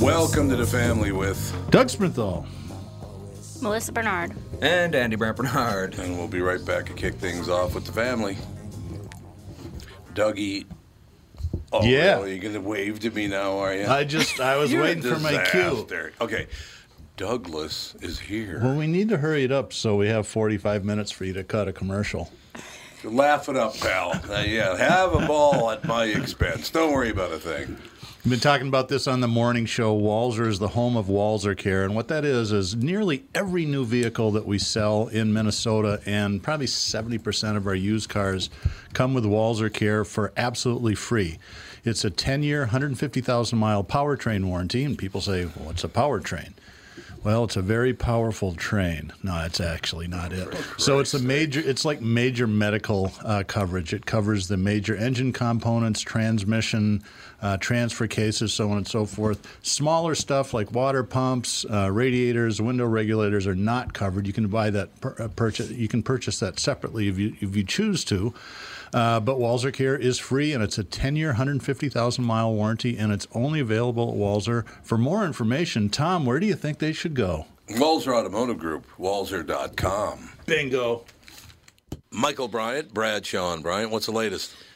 Welcome to the family with, Doug Sprinthal. Melissa Bernard. And Andy Brant Bernard. and we'll be right back to kick things off with the family. Dougie. Oh, Yeah. really? You're going to wave to me now, are you? I just I was You're a waiting for my cue. disaster. Okay. Douglas is here. Well, we need to hurry it up so we have 45 minutes for you to cut a commercial. Laugh it up, pal. Uh, yeah, have a ball at my expense. Don't worry about a thing. We've been talking about this on the morning show. Walzer is the home of Walzer Care. And what that is, is nearly every new vehicle that we sell in Minnesota and probably 70% of our used cars come with Walzer Care for absolutely free. It's a 10 year, 150,000 mile powertrain warranty. And people say, well, it's a powertrain. Well, it's a very powerful train. No, that's actually not it. So it's a major. It's like major medical uh, coverage. It covers the major engine components, transmission, uh, transfer cases, so on and so forth. Smaller stuff like water pumps, uh, radiators, window regulators are not covered. You can buy that per- uh, purchase. You can purchase that separately if you if you choose to. Uh, but Walzer Care is free and it's a 10 year, 150,000 mile warranty and it's only available at Walzer. For more information, Tom, where do you think they should go? Walzer Automotive Group, walzer.com. Bingo. Michael Bryant, Brad Sean Bryant, what's the latest?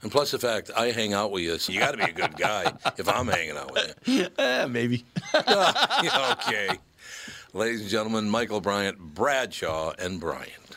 And plus the fact I hang out with you, so you got to be a good guy if I'm hanging out with you. Eh, maybe. Yeah, okay. Ladies and gentlemen, Michael Bryant, Bradshaw, and Bryant.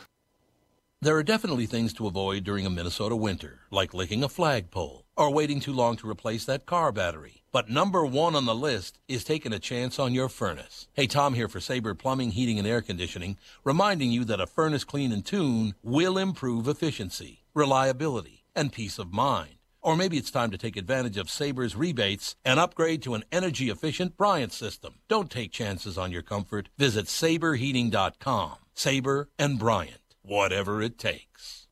There are definitely things to avoid during a Minnesota winter, like licking a flagpole or waiting too long to replace that car battery. But number one on the list is taking a chance on your furnace. Hey, Tom here for Sabre Plumbing, Heating, and Air Conditioning, reminding you that a furnace clean and tune will improve efficiency, reliability, and peace of mind. Or maybe it's time to take advantage of Sabre's rebates and upgrade to an energy efficient Bryant system. Don't take chances on your comfort. Visit saberheating.com. Sabre and Bryant, whatever it takes.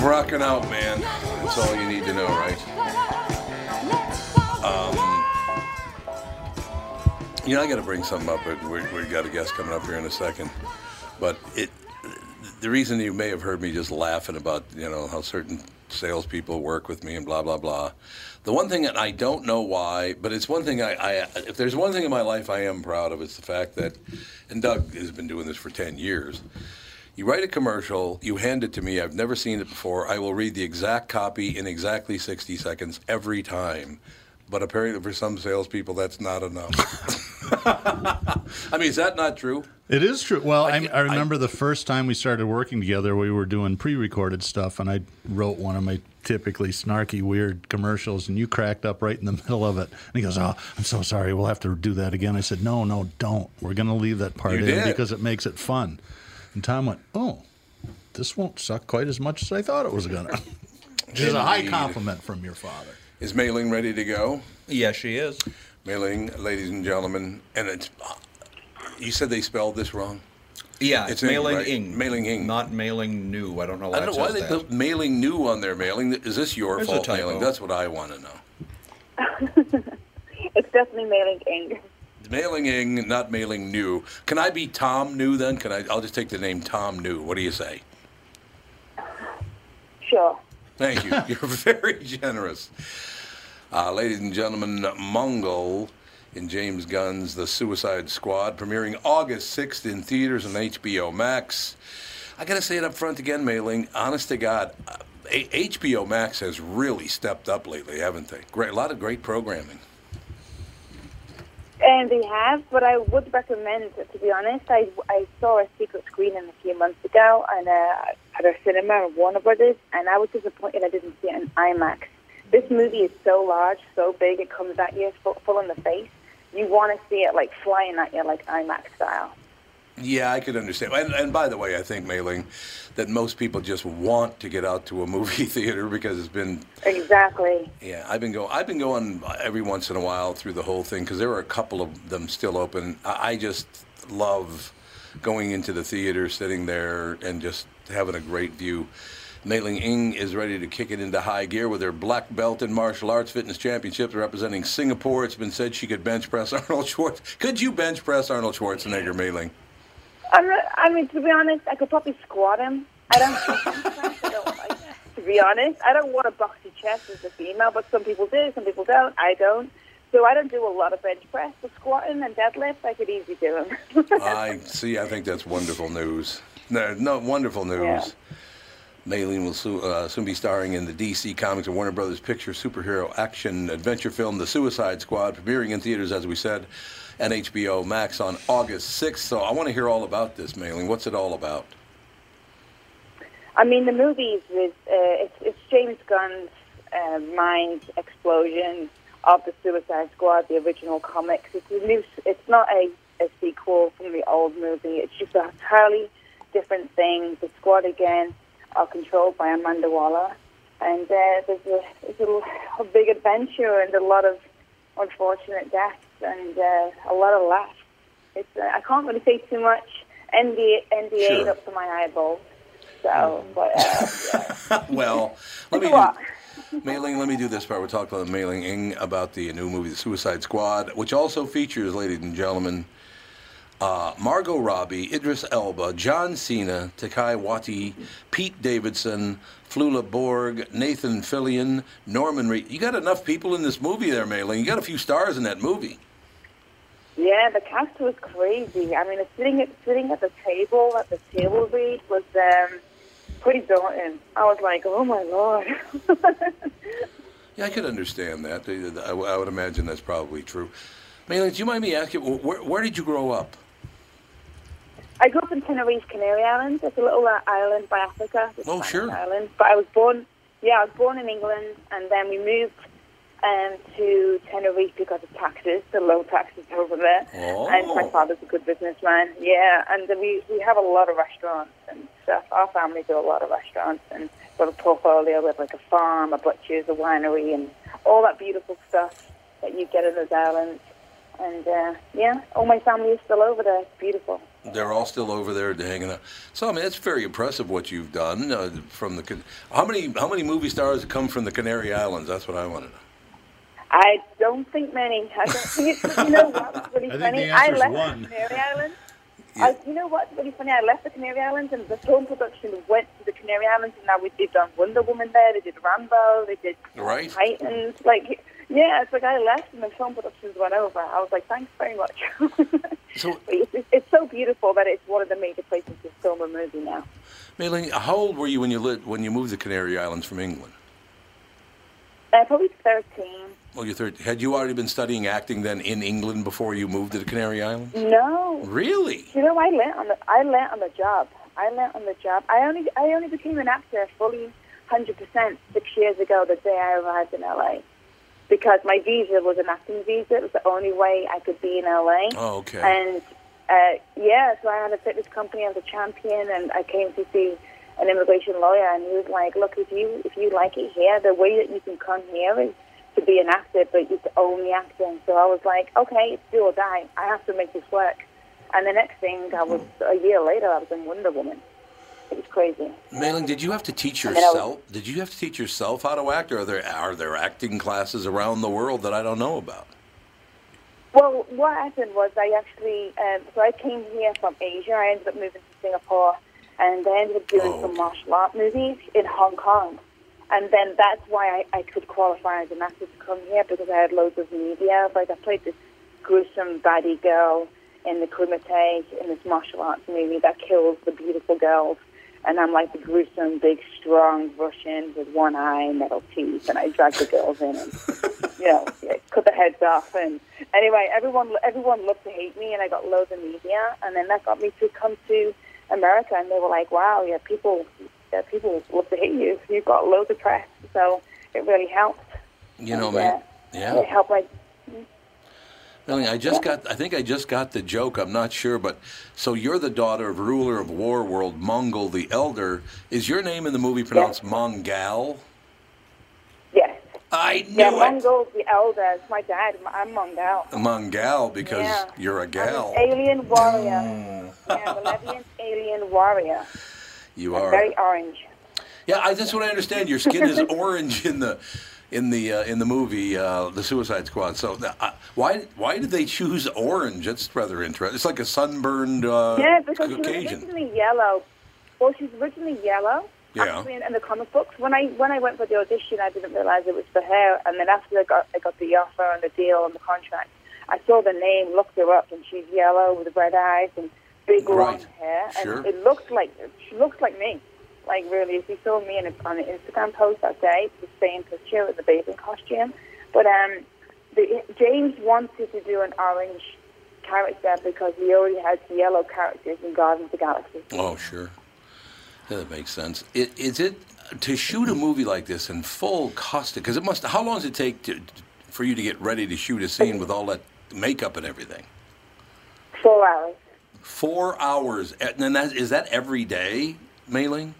Rocking out, man. That's all you need to know, right? Um, You know, I got to bring something up. but we we got a guest coming up here in a second, but it. The reason you may have heard me just laughing about you know how certain salespeople work with me and blah blah blah. The one thing that I don't know why, but it's one thing I, I if there's one thing in my life I am proud of, it's the fact that, and Doug has been doing this for ten years. You write a commercial, you hand it to me. I've never seen it before. I will read the exact copy in exactly 60 seconds every time. But apparently, for some salespeople, that's not enough. I mean, is that not true? It is true. Well, I, get- I remember the first time we started working together, we were doing pre-recorded stuff, and I wrote one of my typically snarky, weird commercials, and you cracked up right in the middle of it. And he goes, "Oh, I'm so sorry. We'll have to do that again." I said, "No, no, don't. We're going to leave that part You in did. because it makes it fun." And Tom went, "Oh, this won't suck quite as much as I thought it was going to." Which is a high Indeed. compliment from your father. Is Mailing ready to go? Yes, she is. Mailing, ladies and gentlemen, and it's. You said they spelled this wrong. Yeah, It's it's, Ing, mailing right? ing. Mailing ing. Not mailing new. I don't know why I don't know why it they says that. put mailing new on their mailing. Is this your There's a fault, typo. mailing? That's what I want to know. It's definitely mailing ink. Mailing ing, not mailing new. Can I be Tom New then? Can I? I'll just take the name Tom New. What do you say? Sure. Thank you. You're very generous. Uh, ladies and gentlemen, Mungo in James Gunn's The Suicide Squad, premiering August 6th in theaters and HBO Max. I got to say it up front again, Mailing. Honest to God, uh, A- HBO Max has really stepped up lately, haven't they? Great, a lot of great programming. Uh, And they have, but I would recommend, to be honest, I, I saw a secret screening a few months ago and, uh, at a cinema at Warner Brothers, and I was disappointed I didn't see it in IMAX. This movie is so large, so big, it comes at you full, full in the face. You want to see it like flying at you, like IMAX style. Yeah, I could understand. And, and by the way, I think, Mailing, that most people just want to get out to a movie theater because it's been Exactly. Yeah, I've been going. I've been going every once in a while through the whole thing because there are a couple of them still open. I, I just love going into the theater, sitting there, and just having a great view. Mailing Ing is ready to kick it into high gear with her black belt in martial arts fitness championships representing Singapore. It's been said she could bench press Arnold Schwartz. Could you bench press Arnold Schwarzenegger, Mailing? I'm not, I mean, to be honest, I could probably squat him. I don't. I don't like, to be honest, I don't want a boxy chest as a female, but some people do, some people don't. I don't. So I don't do a lot of bench press, but squatting and deadlift, I could easily do them. I see. I think that's wonderful news. No, no, wonderful news. Yeah. Maylene will soo- uh, soon be starring in the DC Comics and Warner Brothers Picture superhero action adventure film, The Suicide Squad, premiering in theaters, as we said, and HBO Max on August 6th. So I want to hear all about this, Maylene. What's it all about? I mean, the movies with uh, it's, it's James Gunn's uh, mind explosion of the Suicide Squad, the original comics. It's a new. It's not a, a sequel from the old movie. It's just a entirely different thing. The squad again are controlled by Amanda Waller, and uh, there's a it's a, l- a big adventure and a lot of unfortunate deaths and uh, a lot of laughs. It's uh, I can't really say too much. NDA NDA Sure. up to my eyeballs. So, but uh, well, let me It's a lot. do, Mailing, let me do this part. We're talking about Mailing Ing about the new movie, The Suicide Squad, which also features, ladies and gentlemen, uh, Margot Robbie, Idris Elba, John Cena, Takai Wati, Pete Davidson, Flula Borg, Nathan Fillion, Norman Reed. You got enough people in this movie there, Mailing. You got a few stars in that movie. yeah, the cast was crazy. I mean, sitting at sitting at the table at the table read was um, pretty daunting. I was like, oh my lord. Yeah, I could understand that. I- I would imagine that's probably true. Mailing, do you mind me asking, where, where did you grow up? I grew up in Tenerife, Canary Islands. It's a little uh, island by Africa. It's a Oh, Spanish sure. Island. But I was born, yeah, I was born in England, and then we moved um, to Tenerife because of taxes, the low taxes over there. Oh. And my father's a good businessman, yeah. And then we, we have a lot of restaurants and stuff. Our family do a lot of restaurants and got a portfolio with like a farm, a butcher's, a winery, and all that beautiful stuff that you get in those islands. And uh, yeah, all my family is still over there. It's beautiful. They're all still over there hanging out. So I mean, that's very impressive what you've done uh, from the. Can- How many how many movie stars come from the Canary Islands? That's what I want to know. I don't think many. I don't think it's, you know what's really I think funny? the I answer's left one. the Canary Islands. I, you know what's really funny? I left the Canary Islands and the film production went to the Canary Islands and now we, they've done Wonder Woman there, they did Rambo, they did Right. Titans. Like, yeah, it's like I left and the film productions went over. I was like, thanks very much. So, it's, it's, it's so beautiful that it's one of the major places to film a movie now. Maylene, how old were you when you lit, when you moved to Canary Islands from England? Uh, probably 13. Well, you're 30. Had you already been studying acting then in England before you moved to the Canary Islands? No, Really? You know, I learnt on the I learnt on the job. I learnt on the job. I only I only became an actor fully, hundred percent, six years ago. The day I arrived in LA, because my visa was an acting visa. It was the only way I could be in LA. Oh, okay. And uh, yeah, so I had a fitness company. I was a champion, and I came to see an immigration lawyer, and he was like, "Look, if you if you like it here, the way that you can come here is to be an actor, but you to own the acting." So I was like, "Okay, it's do or die. I have to make this work." And the next thing, I was a year later, I was in Wonder Woman. It was crazy. Mailing, did you have to teach mean, I was- yourself? Did you have to teach yourself how to act, or are there are there acting classes around the world that I don't know about? Well, what happened was I actually, um, so I came here from Asia. I ended up moving to Singapore, and I ended up doing Oh, some okay. martial art movies in Hong Kong. And then that's why I, I could qualify as an actor to come here because I had loads of media. Like I played this gruesome baddie girl in the Kumite in this martial arts movie that kills the beautiful girls. And I'm like the gruesome, big, strong Russian with one eye and metal teeth, and I drag the girls in. And you know, yeah, cut the heads off. And anyway, everyone everyone loved to hate me, and I got loads of media. And then that got me to come to America, and they were like, "Wow, yeah, people, yeah, people love to hate you. You've got loads of press." So it really helped. You know, And, man. uh, Yeah. It helped my. Melanie, I just got. I think I just got the joke. I'm not sure, but so you're the daughter of ruler of war world Mongol the Elder. Is your name in the movie pronounced Mongal? Yes. I knew Yeah, it. Mongol, the elder, it's my dad. I'm Mongol. Oh, Mongal because Yeah. you're a I'm gal. an alien Mm. warrior. yeah, a Levian alien warrior. You I'm are. very orange. Yeah, I, that's what I understand. Your skin is orange in the in the uh, in the movie uh, The Suicide Squad. So uh, why why did they choose orange? That's rather interesting. It's like a sunburned uh, yeah, because she was Caucasian. originally yellow. Well, she's originally yellow. Yeah. Actually, in, in the comic books, when I when I went for the audition, I didn't realize it was for her. And then after I got I got the offer and the deal and the contract, I saw the name, looked her up, and she's yellow with red eyes and big Right. blonde hair, Sure. and it looked like she looked like me. Like really, if you saw me in a, on an Instagram post that day, it's the same picture with the bathing costume. But um, the, James wanted to do an orange character because he already has yellow characters in Guardians of the Galaxy. Oh, sure. Yeah, that makes sense. It, is it to shoot a movie like this in full costume? Because it must. How long does it take to, for you to get ready to shoot a scene with all that makeup and everything? Four hours. Four hours, eh, and then that is that every day, mailing.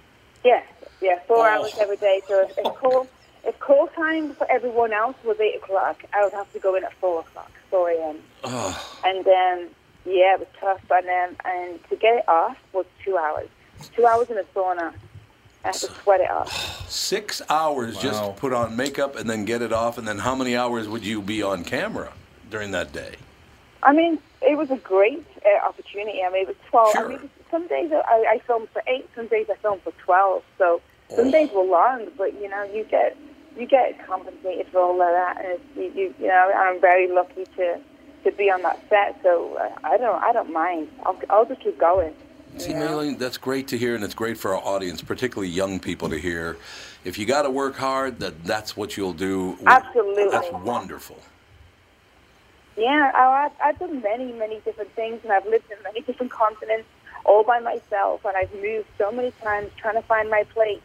Yeah, yeah, four Oh. hours every day. So if, if call if call time for everyone else was eight o'clock, I would have to go in at four o'clock, four a.m. Oh, And um, yeah, it was tough. And um, and to get it off was two hours. Two hours in a sauna. I had to sweat it off. six hours just to Wow. put on makeup and then get it off, and then how many hours would you be on camera during that day? I mean, it was a great uh, opportunity. I mean, it was twelve. Sure. I mean, some days I, I filmed for eight. Some days I filmed for twelve. So some days were long, but you know, you get you get compensated for all of that, and it's, you, you you know, I'm very lucky to to be on that set. So uh, I don't I don't mind. I'll I'll just keep going. you See, know? Maylene, that's great to hear, and it's great for our audience, particularly young people, to hear. If you got to work hard, that that's what you'll do. Absolutely. that's wonderful. Yeah, I, I've, I've done many, many different things, and I've lived in many different continents all by myself, and I've moved so many times trying to find my place.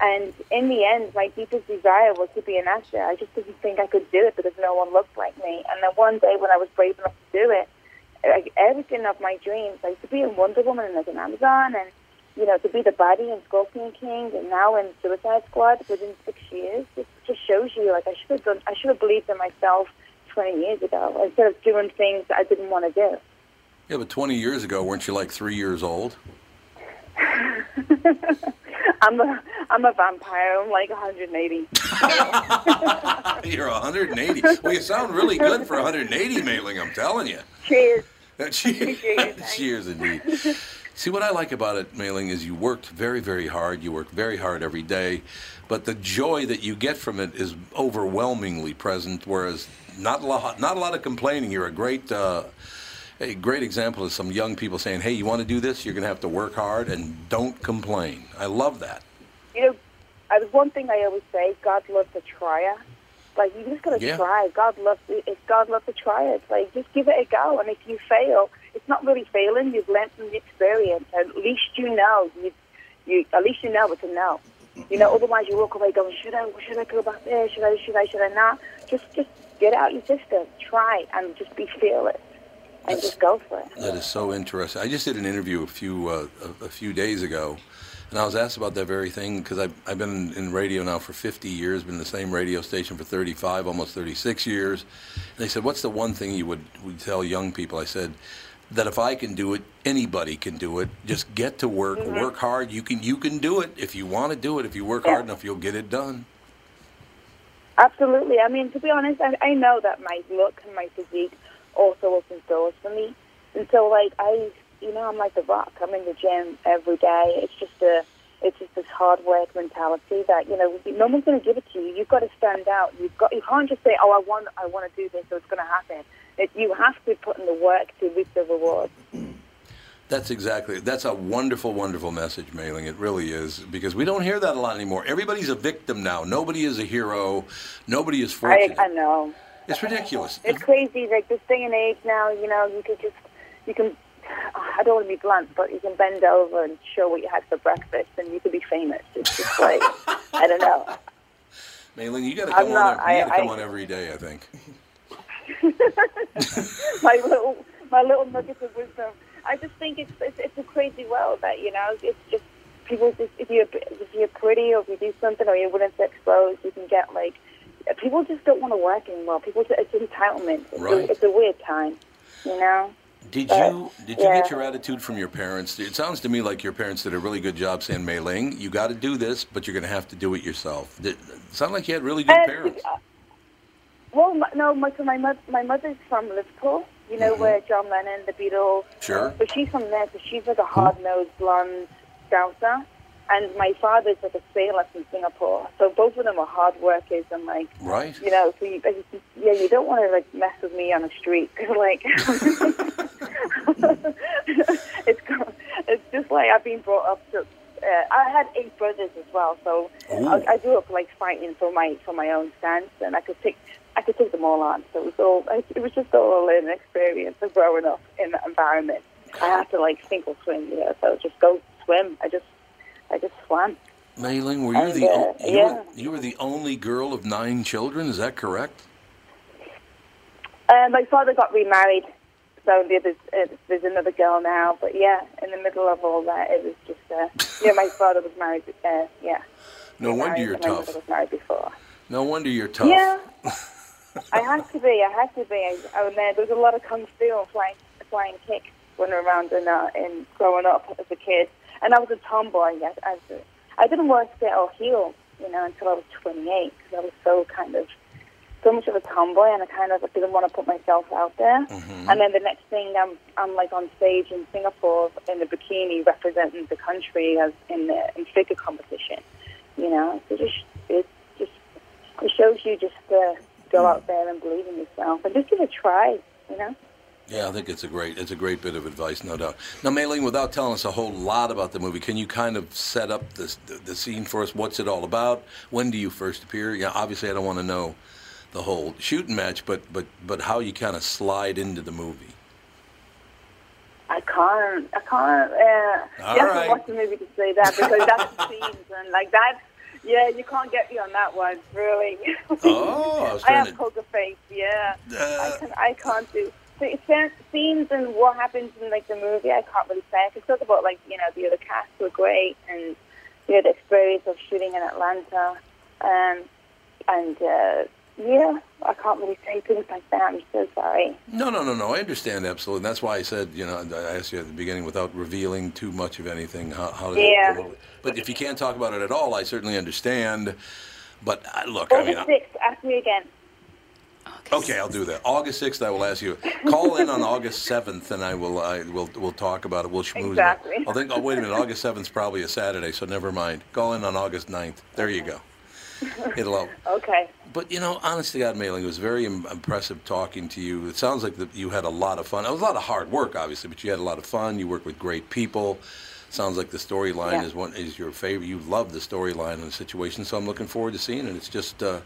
And in the end, my deepest desire was to be an actor. I just didn't think I could do it because no one looked like me. And then one day, when I was brave enough to do it, like everything of my dreams, like to be in Wonder Woman and as an Amazon, and you know, to be the body in Scorpion King, and now in Suicide Squad within six years, it just shows you like I should have done. I should have believed in myself 20 years ago instead of doing things that I didn't want to do. Yeah, but 20 years ago, weren't you like three years old? I'm a I'm a vampire. I'm like 180. You're 180. well, you sound really good for 180, Mailing, I'm telling you. Cheers. Cheers. Thanks. Cheers, indeed. See, what I like about it, Mailing, is you worked very, very hard. You work very hard every day, but the joy that you get from it is overwhelmingly present. Whereas, not a lot, not a lot of complaining. You're a great, uh, a great example of some young people saying, "Hey, you want to do this? You're going to have to work hard and don't complain." I love that. You know, uh, there's one thing I always say: God loves a trier. Like you just gotta Yeah. try. God loves if God loves a trier. It's like just give it a go, and if you fail, it's not really failing. You've learned from the experience. At least you know. You, you at least you know it's a no. You know, otherwise you walk away going, should I, should I go back there? Should I, should I, should I not? Just, just get out your system, try, and just be fearless, and just go for it. That is so interesting. I just did an interview a few uh, a, a few days ago, and I was asked about that very thing because I've, I've been in radio now for 50 years, been in the same radio station for 35, almost 36 years. And they said, "What's the one thing you would, would tell young people?" I said, "That if I can do it, anybody can do it. Just get to work, work hard. You can you can do it if you want to do it. If you work hard Yeah. enough, you'll get it done." Absolutely. I mean, to be honest, I, I know that my look and my physique also opens doors for me. And so, like, I, you know, I'm like the rock. I'm in the gym every day. It's just a, it's just this hard work mentality that you know no one's going to give it to you. You've got to stand out. You've got, you can't just say, oh, I want, I want to do this, so it's going to happen. It, you have to put in the work to reap the reward. That's exactly. That's a wonderful, wonderful message, mailing. It really is because we don't hear that a lot anymore. Everybody's a victim now. Nobody is a hero. Nobody is I, fortunate. I know. it's ridiculous. It's crazy. Like this thing and age now, you know, you can just, you can, I don't want to be blunt, but you can bend over and show what you had for breakfast and you could be famous. It's just like, I don't know. Mailing, you got to I'm come not- on. ev- You I- got to come I- on every day. I think. my little my little nuggets of wisdom. I just think it's it's, it's a crazy world that you know it's just people just if you if you're pretty or if you do something or you're willing to expose, you can get like people just don't want to work anymore. People just, it's entitlement. It's, Right. a, it's a weird time, you know. Did Uh, you did you yeah. get your attitude from your parents? It sounds to me like your parents did a really good job saying, "Mei Ling, you got to do this, but you're going to have to do it yourself." Did, sound like you had really good Uh, parents. uh, Well, my, no, my so my, mo- my mother's from Liverpool. You know where John Lennon, the Beatles. Sure. But she's from there, so she's like a hard-nosed blonde scouser, and my father's like a sailor from Singapore. So both of them are hard workers and like. Right. You know, so you, uh, you- yeah, you don't want to like mess with me on the street 'cause, like it's go- it's just like I've been brought up to. Uh, I had eight brothers as well, so I, I grew up like fighting for my for my own stance, and I could take I could take them all on. So it was all it was just all an experience of growing up in that environment. I had to like sink or swim, you know. So I would just go swim. I just I just swam. Mei Ling, were you the uh, o- you, yeah. were, you were the only girl of nine children? Is that correct? Uh, my father got remarried, so the other, uh, there's another girl now. But yeah, in the middle of all that, it was just uh, yeah. My father was married. Uh, yeah. No wonder Married, you're and my mother tough. was married before. No wonder you're tough. Yeah. I had to be. I had to be. I, I mean, there was a lot of kung fu and flying, flying kicks running around and uh, and growing up as a kid. And I was a tomboy. Yes, I, was- I didn't wear fit or heel, you know, until I was 28 because I was so kind of so much of a tomboy, and I kind of didn't want to put myself out there. And then the next thing, I'm I'm like on stage in Singapore in the bikini, representing the country as in the in figure competition. You know, so just it just it shows you just to go out there and believe in yourself and just give it a try, you know? Yeah, I think it's a great it's a great bit of advice, no doubt. Now, Mailing, without telling us a whole lot about the movie, can you kind of set up this the, the scene for us? What's it all about? When do you first appear? Yeah, obviously, I don't want to know the whole shooting match, but but but how you kind of slide into the movie. I can't, I can't, uh, All you have right. to watch the movie to say that because that's the scenes and like that, yeah, you can't get me on that one, really. Oh, I was I trying have to. poker face, yeah. Uh, I, can, I can't do so it's fair- scenes and what happens in like the movie. I can't really say. I can talk about like you know the other cast were great and you know the experience of shooting in Atlanta, um, and uh, yeah, I can't really say things like that. I'm so sorry. No, no, no, no. I understand absolutely, and that's why I said, you know, I asked you at the beginning without revealing too much of anything. How, how does Yeah. It, but if you can't talk about it at all, I certainly understand. But uh, look, I mean, August I- sixth, ask me again. Okay, I'll do that. August sixth, I will ask you. Call in on August seventh, and I will. I will. We'll talk about it. We'll schmooze Exactly. it. I think. Oh, wait a minute. August seventh is probably a Saturday, so never mind. Call in on August 9th. There you go. It'll. all- Okay. But you know, honest to God, mailing it was very im- impressive talking to you. It sounds like that you had a lot of fun. It was a lot of hard work, obviously, but you had a lot of fun. You worked with great people. Sounds like the storyline Yeah. is one is your favorite. You love the storyline and the situation, so I'm looking forward to seeing it. It's just. Uh,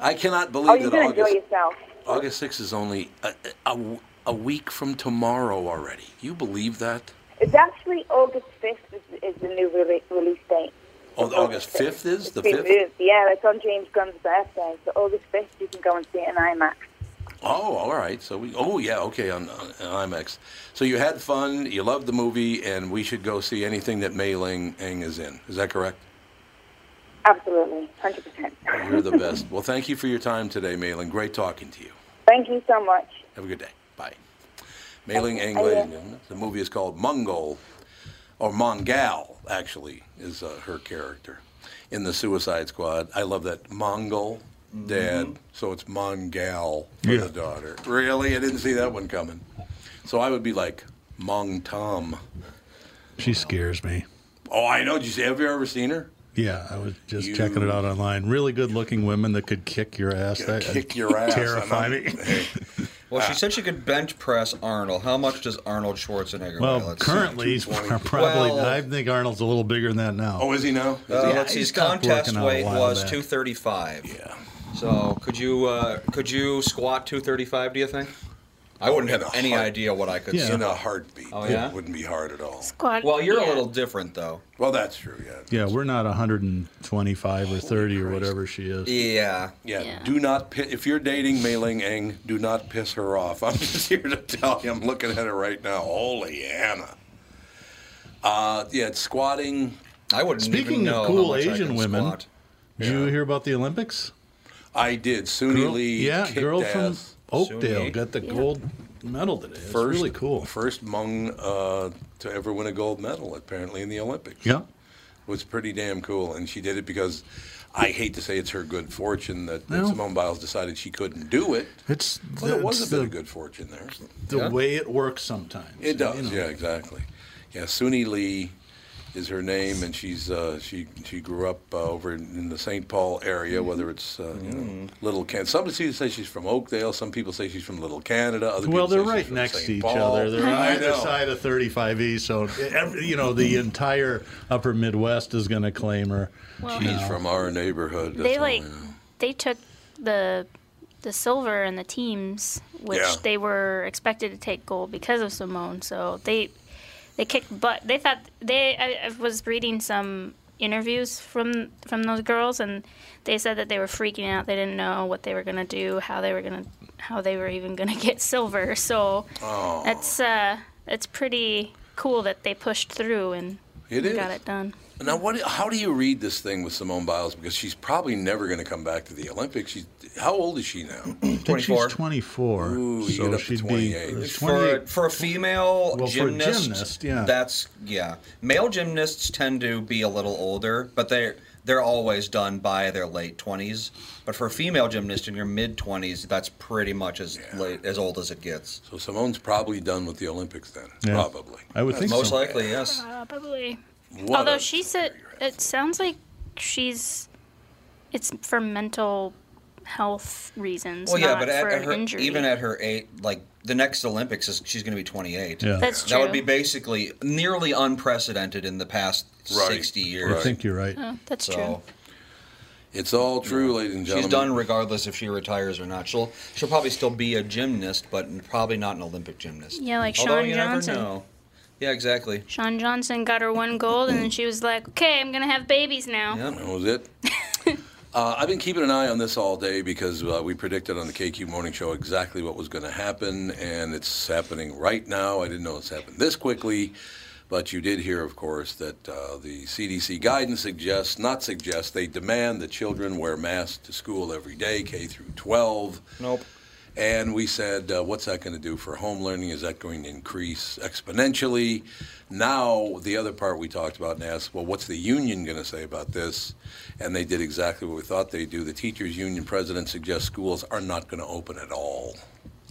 I cannot believe Oh, you're that gonna August. enjoy yourself. August 6th is only a, a, a week from tomorrow already. You believe that? It's actually August fifth is, is the new rele release date. Oh, It's August 5th is? It's The been 5th? moved. Yeah, it's on James Gunn's birthday. So August fifth, you can go and see it in IMAX. Oh, all right. So we. Oh, yeah. Okay. On, on IMAX. So you had fun. You loved the movie, and we should go see anything that Mei Ling Eng is in. Is that correct? Absolutely, hundred percent. You're the best. Well, thank you for your time today, Mei Ling. Great talking to you. Thank you so much. Have a good day. Bye. Mei Ling Eng, Bye. ladies and gentlemen. The movie is called Mongol, or Mongal, actually, is uh, her character in the Suicide Squad. I love that Mongol dad, so it's Mongal for the daughter. Really? I didn't see that one coming. So I would be like, Mong Tom. She scares me. Oh, I know. Did you see, have you ever seen her? Yeah, I was just You- checking it out online. Really good looking women that could kick your ass. That kick your ass. Terrify And me. I'm- hey, Well, Ah. she said she could bench press Arnold. How much does Arnold Schwarzenegger? Well, weigh? Let's see. currently, he's probably. Well- I think Arnold's a little bigger than that now. Oh, is he now? Yeah, Uh, let's see, he his stopped contest working out a weight while was back. 235. Yeah. So could you uh, could you squat 235? Do you think? I wouldn't have any idea what I could. Yeah. squat. In a heartbeat. Oh, yeah? It wouldn't be hard at all. Squad. Well, you're yeah. a little different though. Well, that's true, Yeah, yeah. we're not 125 or 30 or whatever she is. Yeah. Yeah, Yeah. do not pi If you're dating Mei Ling Eng, do not piss her off. I'm just here to tell you. I'm looking at her right now. Holy Anna. Uh, yeah, it's squatting. I wouldn't. Speaking even of know how cool much I Asian can women, squat. Did you hear about the Olympics? I did. Suni Girl- Lee. yeah, kicked girl from ass. Oakdale Soon-Yi. got the gold medal today. It's First- really cool. First Hmong uh, to ever win a gold medal, apparently, in the Olympics. Yeah. was pretty damn cool. And she did it because I hhate to say it's her good fortune that, that Well- Simone Biles decided she couldn't do it. It's But it was it's a bit the, of good fortune there. the Yeah. way it works sometimes. It does, you know. yeah, exactly. Yeah, Suni Lee is her name, and she's uh, she she grew up uh, over in the St. Paul area. Mm-hmm. Whether it's uh, you know, Little Canada, some people say she's from Oakdale. Some people say she's from Little Canada. Other Well, they're people say she's right from next St. to each Paul. other. They're on I either know. side of 35E, so every, you know the entire Upper Midwest is going to claim her. Well, She's from our neighborhood. they that's all I like know. they took the the silver and the teams, which Yeah. they were expected to take gold because of Simone. So they they kicked butt. They thought they. I, I was reading some interviews from from those girls, and they said that they were freaking out. They didn't know what they were gonna do, how they were gonna, how they were even gonna get silver. So Oh. that's uh, that's pretty cool that they pushed through and It is. got it done. Now, what? How do you read this thing with Simone Biles? Because she's probably never going to come back to the Olympics. She's how old is she now? I think 24. she's 24, Ooh, you get so up to she'd 28. be For, 28. for a female Well, for a gymnast, gymnast, yeah. that's yeah. Male gymnasts tend to be a little older, but they're they're always done by their late twenties. But for a female gymnast in your mid twenties, that's pretty much as late as old as it gets. so Simone's probably done with the Olympics then. Yeah. Probably. I would think Most so. likely, yes. Uh, Probably. What Although a she said figure. it sounds like she's it's for mental health reasons. Well, yeah, not but at, for at an her, injury. even at her eight, like the next Olympics is she's going to be twenty eight. Yeah. that's that true. would be basically nearly unprecedented in the past Right. sixty years. I think you're right. Uh, that's so. true. It's all true, ladies and She's gentlemen. done regardless if she retires or not. She'll she'll probably still be a gymnast, but probably not an Olympic gymnast. Yeah, like Although Shawn you Johnson. never know. Yeah, exactly. Sean Johnson got her one gold, and then she was like, "Okay, I'm gonna have babies now." Yeah. That was it. uh, I've been keeping an eye on this all day because uh, we predicted on the KQ Morning Show exactly what was going to happen, and it's happening right now. I didn't know it's happened this quickly, but you did hear, of course, that uh, the CDC guidance suggests, not suggests, they demand that children wear masks to school every day, K through 12. Nope. And we said, uh, what's that going to do for home learning? Is that going to increase exponentially? Now, the other part we talked about and asked, well, what's the union going to say about this? And they did exactly what we thought they'd do. The teachers' union president suggests schools are not going to open at all.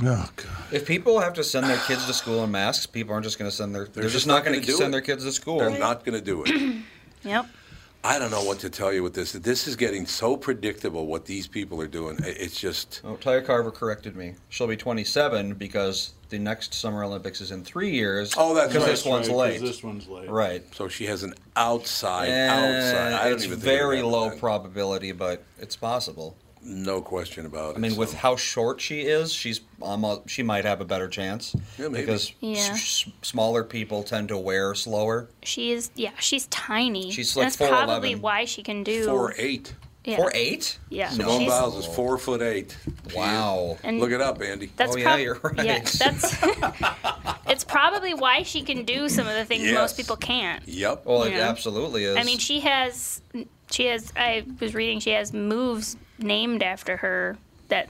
Oh god. If people have to send their kids to school in masks, people aren't just going to send their. They're, just, just not not going gonna to do send it. their kids to school. They're not going to do it. Yep. I don't know what to tell you with this. This is getting so predictable what these people are doing. I- It's just, Oh, Tyre Carver corrected me. She'll be 27 because the next Summer Olympics is in three years. Oh, that's because right, this one's late. one's late. right. so she has an outside, outside. Eh, I don't it's even think very about low that. probability, but it's possible. No question about it. I mean, with So- how short she is, she's almost she might have a better chance. Yeah, maybe. Because s- Yeah. s- smaller people tend to wear slower. She is. Yeah, she's tiny. She's And like that's probably 4'11". why she can do. Four eight. yeah. Or eight? Yeah. Simone she's- Biles is four foot eight. Wow. And Look it up, Andy. That's Oh, yeah, prob- you're right. Yeah, that's. it's probably why she can do some of the things Yes. most people can't. Yep. Well, it Yeah. absolutely is. I mean, she has, she has. I was reading she has moves named after her that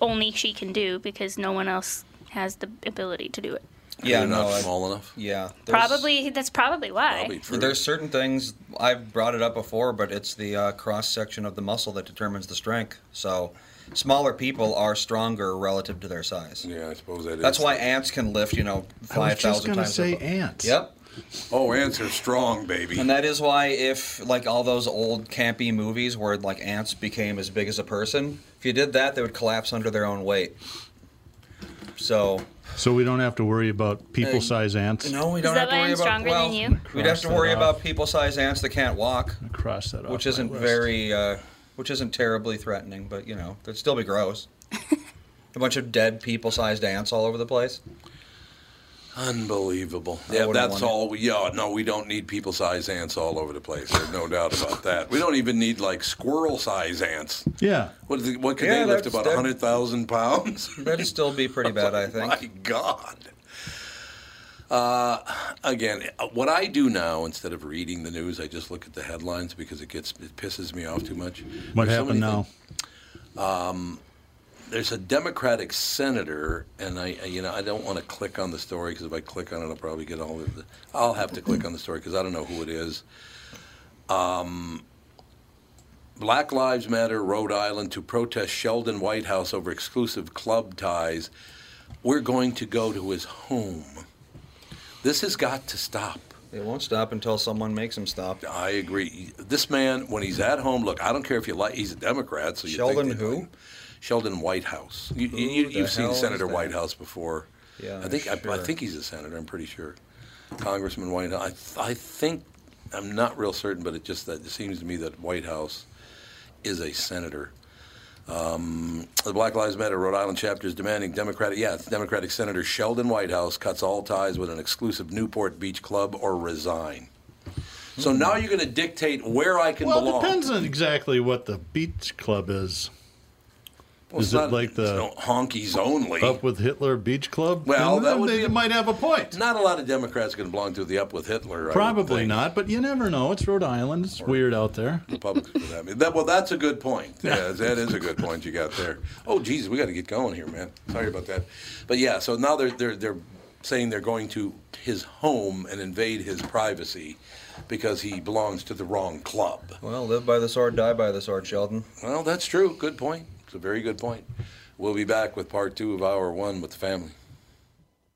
only she can do because no one else has the ability to do it. yeah, You're no, not I- small enough. yeah. there's- Probably that's probably why. Probably true. There's certain things I've brought it up before, but it's the uh, cross section of the muscle that determines the strength. So, smaller people are stronger relative to their size. yeah, I suppose that is. That's why ants can lift, you know, I was five just thousand going to times. say their bo- ants. Yep. Oh, ants are strong, baby. And that is why, if like all those old campy movies where like ants became as big as a person, if you did that, they would collapse under their own weight. So So we don't have to worry about people size ants. no, we Is don't that have to why I'm worry about. stronger Well, than you? we'd have Cross to that worry off. about people-sized ants that can't walk, Cross that off. which my isn't list. very, uh, which isn't terribly threatening, but you know, it'd still be gross. A bunch of dead people-sized ants all over the place. Unbelievable. I Yeah, wouldn't that's want it. all. We, yeah, no, we don't need people-sized ants all over the place. There's no doubt about that. We don't even need like squirrel-sized ants. Yeah. What, is it, what could Yeah, they lift? that's- About that- hundred thousand pounds. That'd still be pretty bad, I think. My God. Uh, again, what I do now instead of reading the news, I just look at the headlines because it gets it pisses me off too much. What There's so many happened now? things- There's a Democratic senator, and I, I- you know, I don't want to click on the story because if I click on it, I'll probably get all of the. I'll have to click on the story because I don't know who it is. Um, Black Lives Matter, Rhode Island, to protest Sheldon Whitehouse over exclusive club ties. We're going to go to his home. This has got to stop. They won't stop until someone makes them stop. I agree. This man, when he's at home, look, I don't care if you like, he's a Democrat, so you Sheldon think they who? like him. Sheldon Whitehouse. You, you, Who you, the you've hell seen is Senator that? Whitehouse before. Yeah, I think I, I sure. think he's a senator. I'm pretty sure. Congressman Whitehouse. I, I think I'm not real certain, but it just that it seems to me that Whitehouse is a senator. Um, The Black Lives Matter Rhode Island chapter is demanding Democratic, yeah, it's Democratic Senator Sheldon Whitehouse cuts all ties with an exclusive Newport Beach club or resign. So now you're going to dictate where I can Hmm. Well, it belong. depends on exactly what the beach club is. Well, it's Is it not- like the- Oh. it's no honkies only? Up with Hitler Beach Club? Well, And that then would they be a- might have a point. Not a lot of Democrats can belong to the Up with Hitler. I would Probably think. not, but you never know. It's Rhode Island. It's weird out there. Republicans for that. that. Well, that's a good point. Yeah, that is a good point you got there. Oh, Jesus, we got to get going here, man. Sorry about that. But yeah, so now they're they're they're saying they're going to his home and invade his privacy because he belongs to the wrong club. Well, live by the sword, die by the sword, Sheldon. Well, that's true. Good point. It's a very good point. We'll be back with part two of hour one with the family.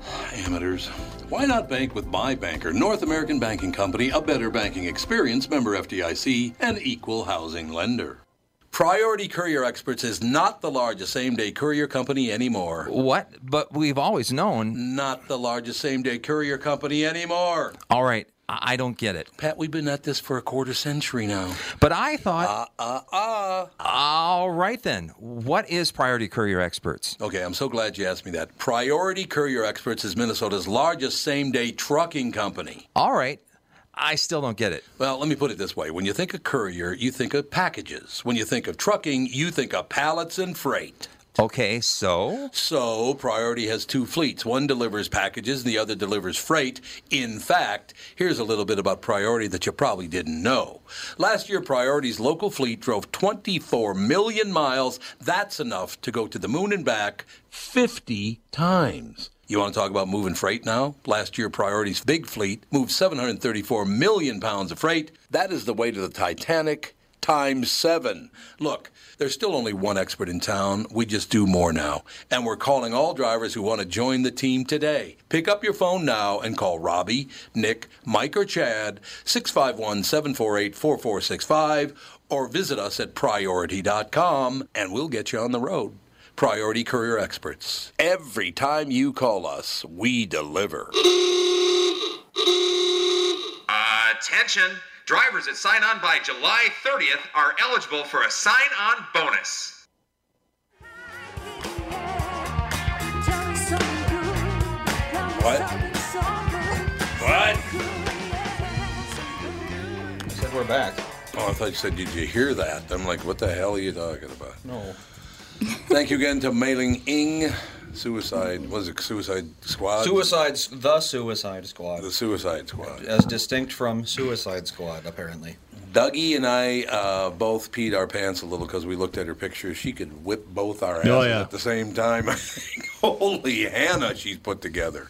Amateurs. Why not bank with my banker, North American Banking Company, a better banking experience, member FDIC, and equal housing lender? Priority Courier Experts is not the largest same day courier company anymore. What? But we've always known. Not the largest same day courier company anymore. All right, I I don't get it. Pat, we've been at this for a quarter century now. But I thought, Uh uh. all right then, what is Priority Courier Experts? Okay, I'm so glad you asked me that. Priority Courier Experts is Minnesota's largest same day trucking company. All right, I still don't get it. Well, let me put it this way. When you think of courier, you think of packages. When you think of trucking, you think of pallets and freight. Okay, so So, Priority has two fleets. One delivers packages, the other delivers freight. In fact, here's a little bit about Priority that you probably didn't know. Last year, Priority's local fleet drove 24 million miles. That's enough to go to the moon and back 50 times. You want to talk about moving freight now? Last year, Priority's big fleet moved 734 million pounds of freight. That is the weight of the Titanic times seven. Look, there's still only one expert in town. We just do more now. And we're calling all drivers who want to join the team today. Pick up your phone now and call Robbie, Nick, Mike, or Chad, 651 748 4465, or visit us at priority.com and we'll get you on the road. Priority Courier Experts. Every time you call us, we deliver. Attention! Drivers that sign on by July 30th are eligible for a sign on bonus. What? What? I said we're back. Oh, I thought you said, did you hear that? I'm like, what the hell are you talking about? No. Thank you again to Mailing Ing, Suicide, was it Suicide Squad? Suicide, the Suicide Squad, Uh, the Suicide Squad. as distinct from Suicide Squad, apparently. Dougie and I uh, both peed our pants a little because we looked at her picture. She could whip both our asses Oh, yeah. at the same time. Holy Hannah, she's put together.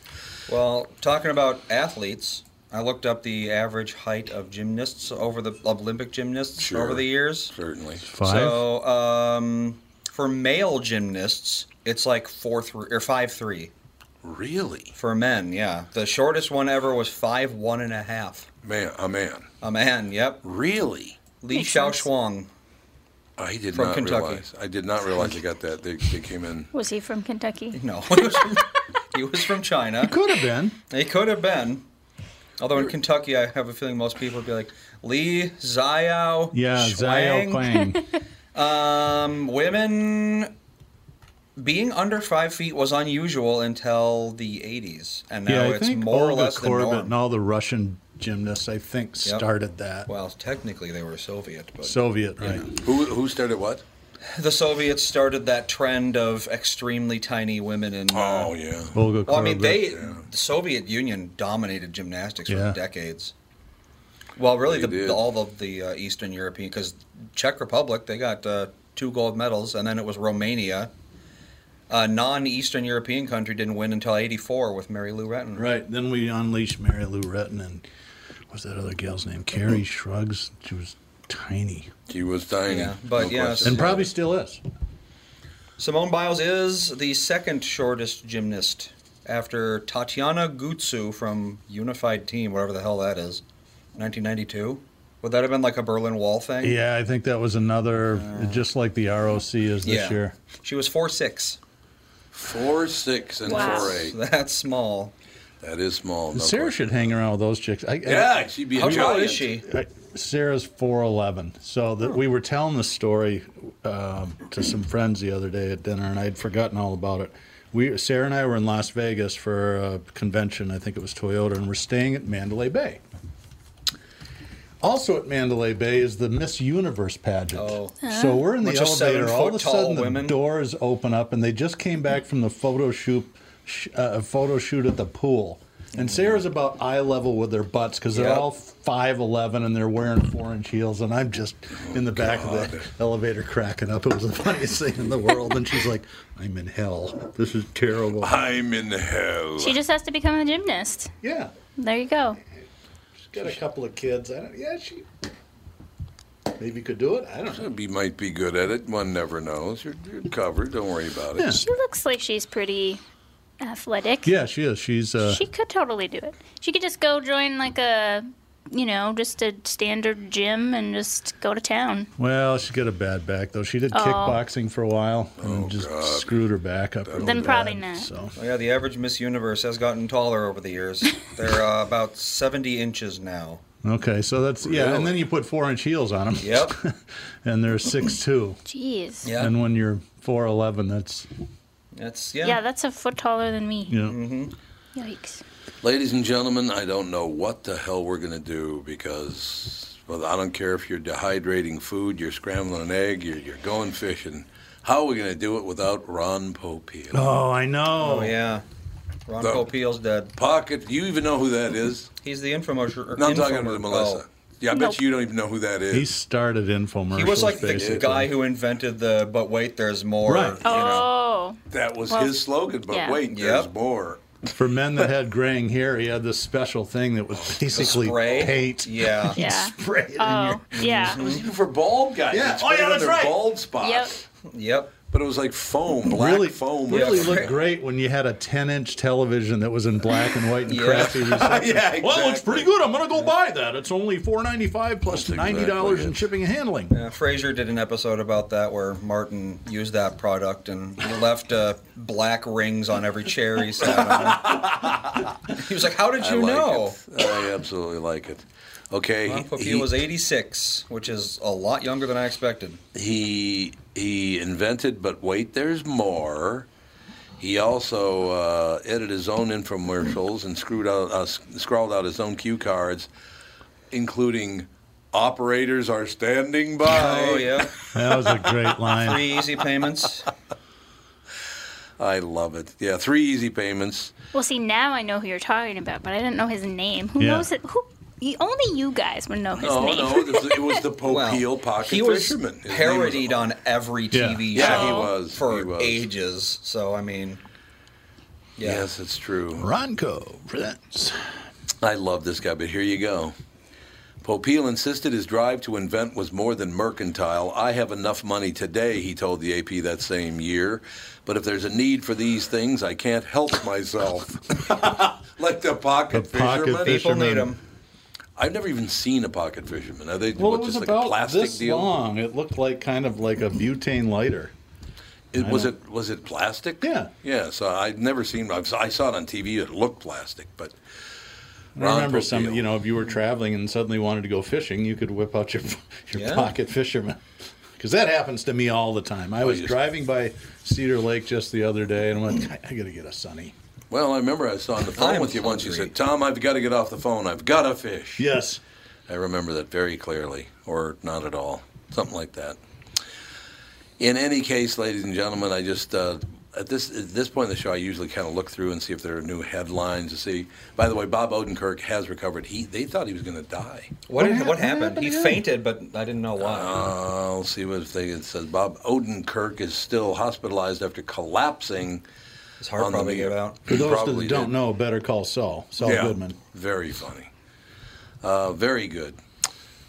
Well, talking about athletes, I looked up the average height of gymnasts over the Olympic gymnasts Sure. over the years. Certainly. Five. So, um, for male gymnasts, it's like four three or five three. Really? For men, yeah, the shortest one ever was five one and a half. Man, a man. A man, yep. Really? Lee Makes Xiao sense. Shuang. I did From not Kentucky. realize. I did not realize I got that. They, they came in. Was he from Kentucky? No, he was from, he was from China. Could have been. It could have been. Although in Kentucky, I have a feeling most people would be like Lee Zayao. Yeah, Zayo Quang. Um, women being under five feet was unusual until the 80s, and now yeah, I it's think more or Olga less the Korbut norm. and all the Russian gymnasts, I think, started that. Well, technically they were Soviet, but Soviet, right? Who, who started what? the Soviets started that trend of extremely tiny women in. uh, Oh, yeah. Olga Well, I mean, Korbut. they the Soviet Union dominated gymnastics Yeah. for decades. Well, really, They the, did. the, all of the uh, Eastern European, because Czech Republic they got uh, two gold medals, and then it was Romania. A non-Eastern European country didn't win until '84 with Mary Lou Retton. Right. Then we unleashed Mary Lou Retton and what was that other gal's name? Carrie Shrugs. She was tiny. She was tiny. Yeah, but yes. question. And probably still is. Simone Biles is the second shortest gymnast after Tatiana Gutsu from Unified Team, whatever the hell that is, 1992. Would that have been like a Berlin Wall thing? Yeah, I think that was another, Uh, just like the ROC is this Yeah. year. She was four six. Four six and Wow. four eight. That's small. That is small. no Sarah question. should hang around with those chicks. I, I- Yeah, she'd be a How tall giant. is she? I- Sarah's 4'11. So Oh. that we were telling the story um, to some friends the other day at dinner, and I'd forgotten all about it. We Sarah and I were in Las Vegas for a convention. I think it was Toyota, and we're staying at Mandalay Bay. Also at Mandalay Bay is the Miss Universe pageant. Oh. So we're in the Bunch of elevator. All of a seven-foot-tall sudden, the women. doors open up, and they just came back from the photo shoot, sh- uh, photo shoot at the pool. And Sarah's about eye level with their butts because they're Mm. Yep. all five eleven and they're wearing four inch heels, and I'm just in the back of the elevator cracking up. It was the funniest thing in the world. And she's like, "I'm in hell. This is terrible." I'm in hell. She just has to become a gymnast. Yeah, There you go. she's got a couple of kids. I don't, yeah, she maybe could do it. I don't know. Be, might be good at it. One never knows. You're, you're covered. Don't worry about it. Yeah. She looks like she's pretty athletic. Yeah, she is. She's uh, She could totally do it. She could just go join like a, you know, just a standard gym and just go to town. Well, she got a bad back though. She did kickboxing for a while and just screwed her back up. real Then probably bad, not. So Oh, yeah, the average Miss Universe has gotten taller over the years. They're uh, about 70 inches now. okay, so that's yeah. And then Really? you put four inch heels on them. Yep. and they're six two. Jeez. Yeah. And when you're four eleven, that's That's Yeah, yeah. that's a foot taller than me. you know. Yikes. Ladies and gentlemen, I don't know what the hell we're going to do because, well, I don't care if you're dehydrating food, you're scrambling an egg, you're, you're going fishing. How are we going to do it without Ron Popeil? Oh, I know. oh yeah. Ron The- Popeil's dead. Pocket, you even know who that is? He's the infomercial. No, I'm talking about Melissa. Oh. Yeah, I bet Nope. you don't even know who that is. He started infomercials. He was like the basically. guy who invented the "but wait, there's more." Right. you know. Oh. that was Well, his slogan, but yeah. wait, there's Yep. more. for men that had graying hair. He had this special thing that was basically Spray. paint. Yeah. Yeah. Spray it in Oh. your- Yeah. Even for bald guys. Yeah. it's Oh, yeah, right on that's their right. Bald spots. Yep. Yep. But it was like foam, black really, foam. really Yeah. looked great when you had a 10 inch television that was in black and white and Yeah. crappy. reception. Yeah, exactly. Well, it's pretty good. I'm going to go buy that. It's only four ninety five plus That's ninety exactly dollars in it. shipping and handling. Uh, Frasier did an episode about that where Martin used that product and he left uh, black rings on every chair he sat on. he was like, "How did I you like know?" it. I absolutely like it. Okay. Ron Popeil he- was 86, which is a lot younger than I expected. he he invented but wait there's more he also uh, edited his own infomercials and screwed out uh, s- scrawled out his own cue cards including Operators are standing by. Oh, yeah. That was a great line. Three easy payments. I love it. Yeah, three easy payments. Well, see, now I know who you're talking about, but I didn't know his name. Who Yeah. knows it? Who? you- Only you guys would know his No, name. no, this- it was the Popeil Pocket he was Fisherman. His name was- parodied on every Yeah. TV Yeah, show he was. for He was. ages. So I mean, yeah. Yes, it's true. Ronco presents. I love this guy, but here you go. Popeil insisted his drive to invent was more than mercantile. I have enough money today, he told the AP that same year. But if there's a need for these things, I can't help myself. like the pocket The pocket fisherman. People need fisherman. 'em. I've never even seen a pocket fisherman. Are they Well, what, it was just like about a plastic this deal? long. It looked like kind of like a butane lighter. It, I was don't- it was it plastic? Yeah. Yeah. So I'd never seen. I've, I saw it on TV. It looked plastic, but I Ron remember Popeil. some, you know, if you were traveling and suddenly wanted to go fishing, you could whip out your your Yeah. pocket fisherman. Because that happens to me all the time. I Oh, was you- driving by Cedar Lake just the other day and went, I got to get a sunny. Well, I remember I saw on the phone I'm with you once. You said, "Tom, I've got to get off the phone. I've got to fish." Yes. I remember that very clearly, or not at all, something like that. In any case, ladies and gentlemen, I just uh, at this at this point in the show, I usually kind of look through and see if there are new headlines to see. By the way, Bob Odenkirk has recovered. He they thought he was going to die. What did, what happened? He fainted, but I didn't know why. Uh, I'll see what they, it says. Bob Odenkirk is still hospitalized after collapsing. His heart probably gave out. For those that don't know, better call Saul, Saul Goodman. Very funny. Uh, very good.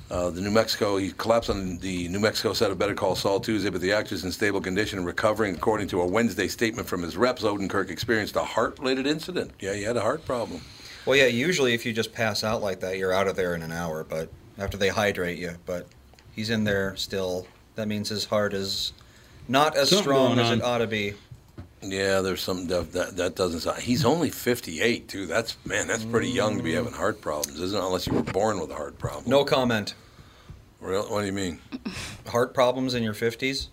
Uh, the New Mexico, he collapsed on the New Mexico set of Better Call Saul Tuesday, but the actor is in stable condition and recovering. According to a Wednesday statement from his reps, Odenkirk experienced a heart related incident. Yeah, he had a heart problem. Well, yeah. Usually, if you just pass out like that, you're out of there in an hour. But after they hydrate you, but he's in there still. That means his heart is not as Something strong going as on. it ought to be. Yeah, there's some def- that that doesn't sound. He's only 58 too. That's man, that's pretty young to be having heart problems, isn't it? Unless you were born with a heart problem. No comment. Real? What do you mean? Heart problems in your fifties?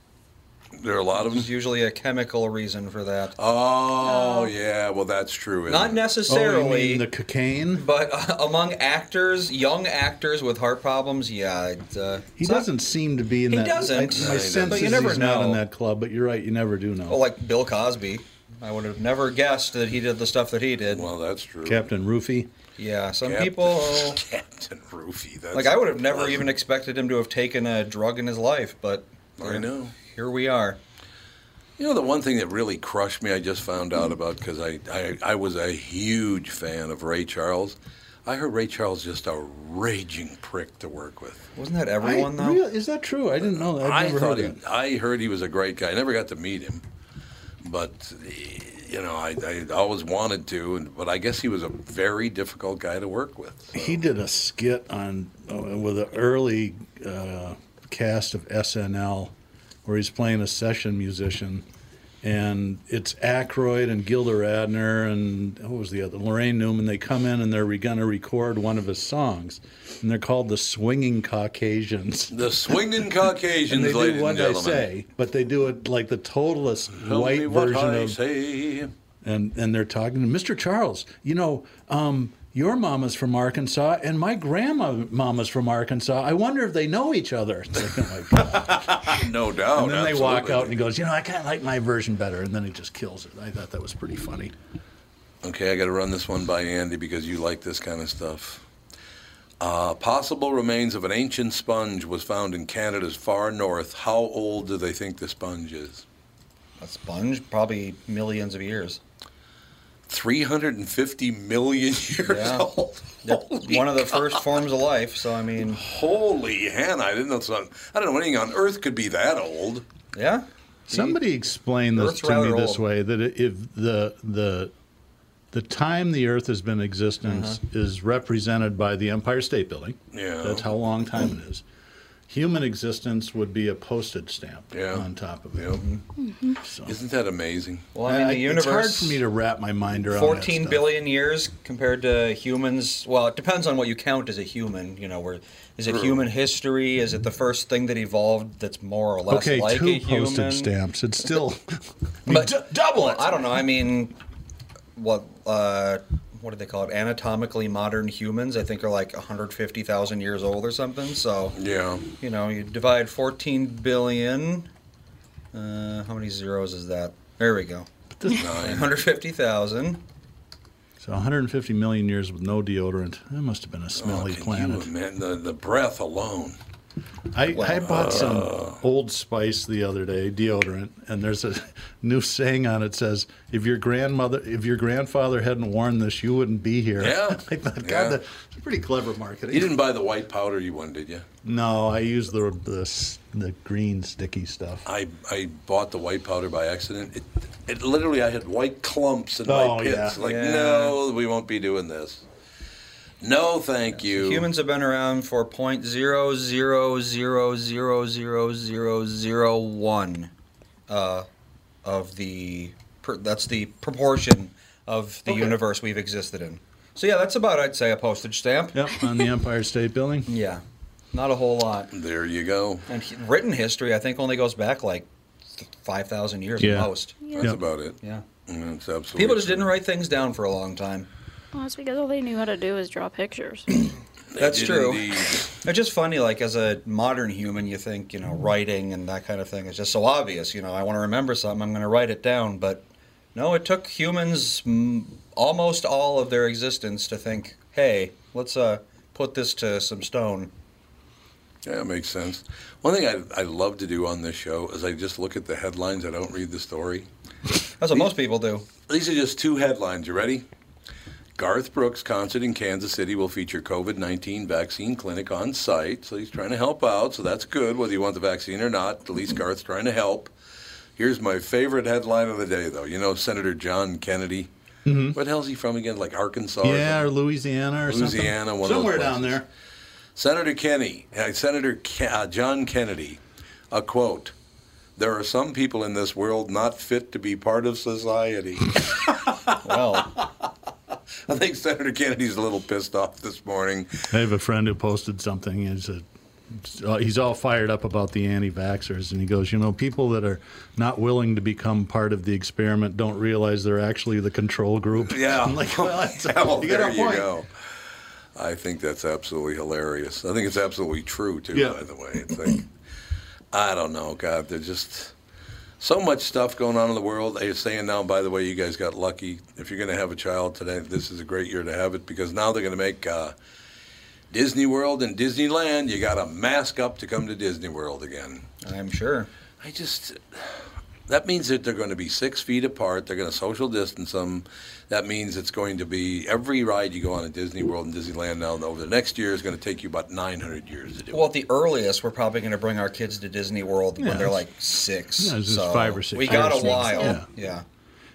There are a lot of them. There's usually a chemical reason for that. Oh yeah, well that's true. isn't Not it? necessarily. Oh, the cocaine. But uh, among actors, young actors with heart problems, yeah, it, uh, He doesn't seem to be in He that. doesn't. I, my No, he doesn't. sense But is you never he's not know. in that club. But you're right. You never do know. well, like Bill Cosby. I would have never guessed that he did the stuff that he did. Well, that's true. Captain Roofy. Yeah, some Cap- people. Captain Roofy. That's like I would have never even expected him to have taken a drug in his life, but I know. Here we are. You know, the one thing that really crushed me, I just found out about because I, I, I was a huge fan of Ray Charles. I heard Ray Charles just a raging prick to work with. Wasn't that everyone I, though? real- is that true? I didn't know that. I I've never thought heard he, that. I heard he was a great guy. I never got to meet him, but eh, you know, I, I always wanted to. And, but I guess he was a very difficult guy to work with. He did a skit on uh, with an early uh, cast of SNL where he's playing a session musician, and it's Aykroyd and Gilda Radner and what was the other Lorraine Newman. They come in and they're re- going to record one of his songs, and they're called the Swinging Caucasians. The swinging Caucasians, and they ladies do what and I gentlemen. say, but they do it like the totalist Tell white me what version I of say. and and they're talking to Mr. Charles. You know, um, your mama's from Arkansas, and my grandma mama's from Arkansas. I wonder if they know each other. It's like, oh my God. no doubt. and then they walk absolutely. out and he goes, you know, I kind of like my version better, and then he just kills it. I thought that was pretty funny. Okay, I got to run this one by Andy because you like this kind of stuff. Uh, possible remains of an ancient sponge was found in Canada's far north. How old do they think the sponge is? A sponge, probably millions of years. 350 million years Yeah. old. They're Holy one of the cow. first forms of life. So I mean, Holy Hannah! I didn't know something. I don't know anything on Earth could be that old. Yeah. Somebody explained this Earth's to me rather this old. way: that i- if the the the time the Earth has been in existence is represented by the Empire State Building. Uh-huh. Yeah. that's how long time it is. Human existence would be a postage stamp Yeah. on top of it. Isn't that amazing? Well, I mean, the universe. It's hard for me to wrap my mind around. Fourteen that stuff. billion years compared to humans. Well, it depends on what you count as a human. You know, where is it True. human history? Is it the first thing that evolved that's more or less Okay, like a two human? postage stamps. It's still but double it. I don't know. I mean, what? Uh, what do they call it? Anatomically modern humans, I think, are like 150,000 years old or something. So, Yeah. you know, you divide 14 billion. Uh, how many zeros is that? There we go. this- 150,000. So 150 million years with no deodorant. That must have been a smelly planet. You, man, the, the breath alone. I, I Well, bought uh, some Old Spice the other day, deodorant, and there's a new saying on it says, "If your grandmother, if your grandfather hadn't worn this, you wouldn't be here." Yeah. I thought, God, Yeah. that- that's pretty clever marketing. You didn't buy the white powder you wanted, did you? No, I use the the s- the green sticky stuff. I, I bought the white powder by accident. It, it literally, I had white clumps and Oh, white pits. yeah. Like, Yeah. no, we won't be doing this. No, thank you. Humans have been around for 0.00000001 uh, of the per, that's the proportion of the universe we've existed in. So yeah, that's about I'd say a postage stamp. Yep, on the Empire State Building. Yeah, not a whole lot. There you go. And he- written history, I think, only goes back like five thousand years Yeah. at most. That's Yeah. about it. Yeah, That's absolutely people just didn't write things down for a long time. Well, that's because all they knew how to do was draw pictures. That's did true. indeed. It's just funny, like as a modern human, you think you know Mm-hmm. writing and that kind of thing is just so obvious. You know, I want to remember something, I'm going to write it down. But no, it took humans mm, almost all of their existence to think, hey, let's uh, put this to some stone. Yeah, that makes sense. One thing I, I love to do on this show is I just look at the headlines. I don't read the story. That's what most people do. These are just two headlines. You ready? Garth Brooks' concert in Kansas City will feature COVID 19 vaccine clinic on site. So he's trying to help out. So that's good, whether you want the vaccine or not. At least Garth's trying to help. Here's my favorite headline of the day, though. You know, Senator John Kennedy. Mhm. What the hell's he from again? Like Arkansas? or Yeah, or Louisiana or something. Louisiana, one of those somewhere down places. there. Senator Kenny, uh, Senator Ke- uh, John Kennedy, a quote: "There are some people in this world not fit to be part of society." well, I think Senator Kennedy's a little pissed off this morning. I have a friend who posted something. He's a he's all fired up about the anti-vaxxers, and he goes, "You know, people that are not willing to become part of the experiment don't realize they're actually the control group." Yeah, I'm like, well, that's Yeah, well, you got a there you point. go. I think that's absolutely hilarious. I think it's absolutely true too. Yeah. By the way, it's like I don't know, God, there's just so much stuff going on in the world. They're saying now, by the way, you guys got lucky. If you're going to have a child today, this is a great year to have it because now they're going to make uh, Disney World and Disneyland. You got to mask up to come to Disney World again. I'm sure. I just that means that they're going to be six feet apart. They're going to social distance them. That means it's going to be every ride you go on at Disney World and Disneyland now and over the next year is going to take you about 900 years to do. Well, at the earliest, we're probably going to bring our kids to Disney World Yeah. when they're like six. Yeah, this is so five or six We got years. a while. Yeah. Yeah.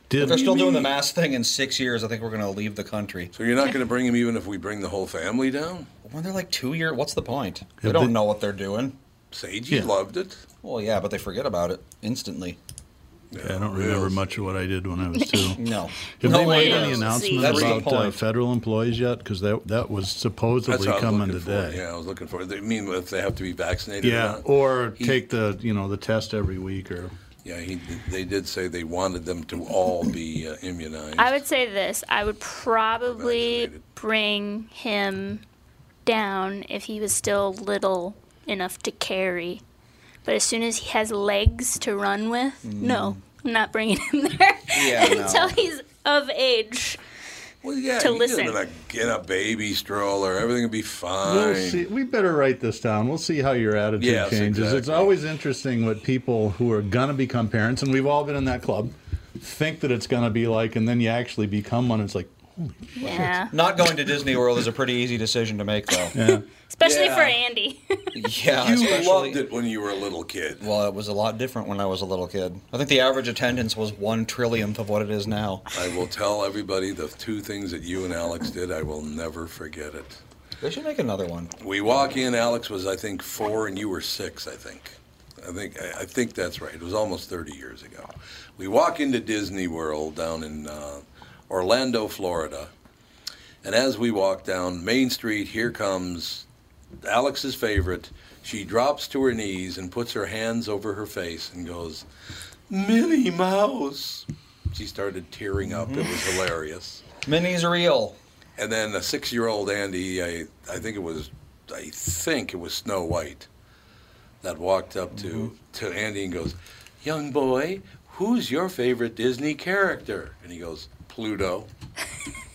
Did if they're still we- doing the mask thing in six years, I think we're going to leave the country. So you're not going to bring them even if we bring the whole family down? When they're like two year, what's the point? Yeah, They don't they- know what they're doing. Sage, you Yeah. loved it. Well, yeah, but they forget about it instantly. I don't remember much of what I did when I was two. No. Have No they way made any else. announcement That's the about uh, point. federal employees yet? Because that that was supposedly what I was coming looking today. For. Yeah, I was looking for. I mean, if they have to be vaccinated. Or Yeah, not. or take the you know the test every week or Yeah, he, they did say they wanted them to all be uh, immunized. I would say this. I would probably bring him down if he was still little enough to carry. But as soon as he has legs to run with, no, I'm not bringing him there Mm. Yeah, no. until he's of age well, yeah, to you get 'em listen. in a, in a baby stroller, everything would be fine. We'll see. We better write this down. We'll see how your attitude Yes, changes. It's always interesting what people who are going to become parents, and we've all been in that club, think that it's going to be like, and then you actually become one. It's like, Yeah. Not going to Disney World is a pretty easy decision to make, though. Yeah. Especially Yeah. for Andy. Yeah, You loved it when you were a little kid. Well, it was a lot different when I was a little kid. I think the average attendance was one trillionth of what it is now. I will tell everybody the two things that you and Alex did. I will never forget it. They should make another one. We walk in. Alex was, I think, four, and you were six. I think. I think. I I think that's right. It was almost 30 years ago. We walk into Disney World down in uh, Orlando, Florida, and as we walk down Main Street, here comes Alex's favorite. She drops to her knees and puts her hands over her face and goes, "Minnie Mouse." She started tearing up. It was hilarious. Minnie's real. And then a six-year-old Andy, I, I think it was, I think it was Snow White, that walked up to Mm-hmm. to Andy and goes, "Young boy, who's your favorite Disney character?" And he goes, "Pluto."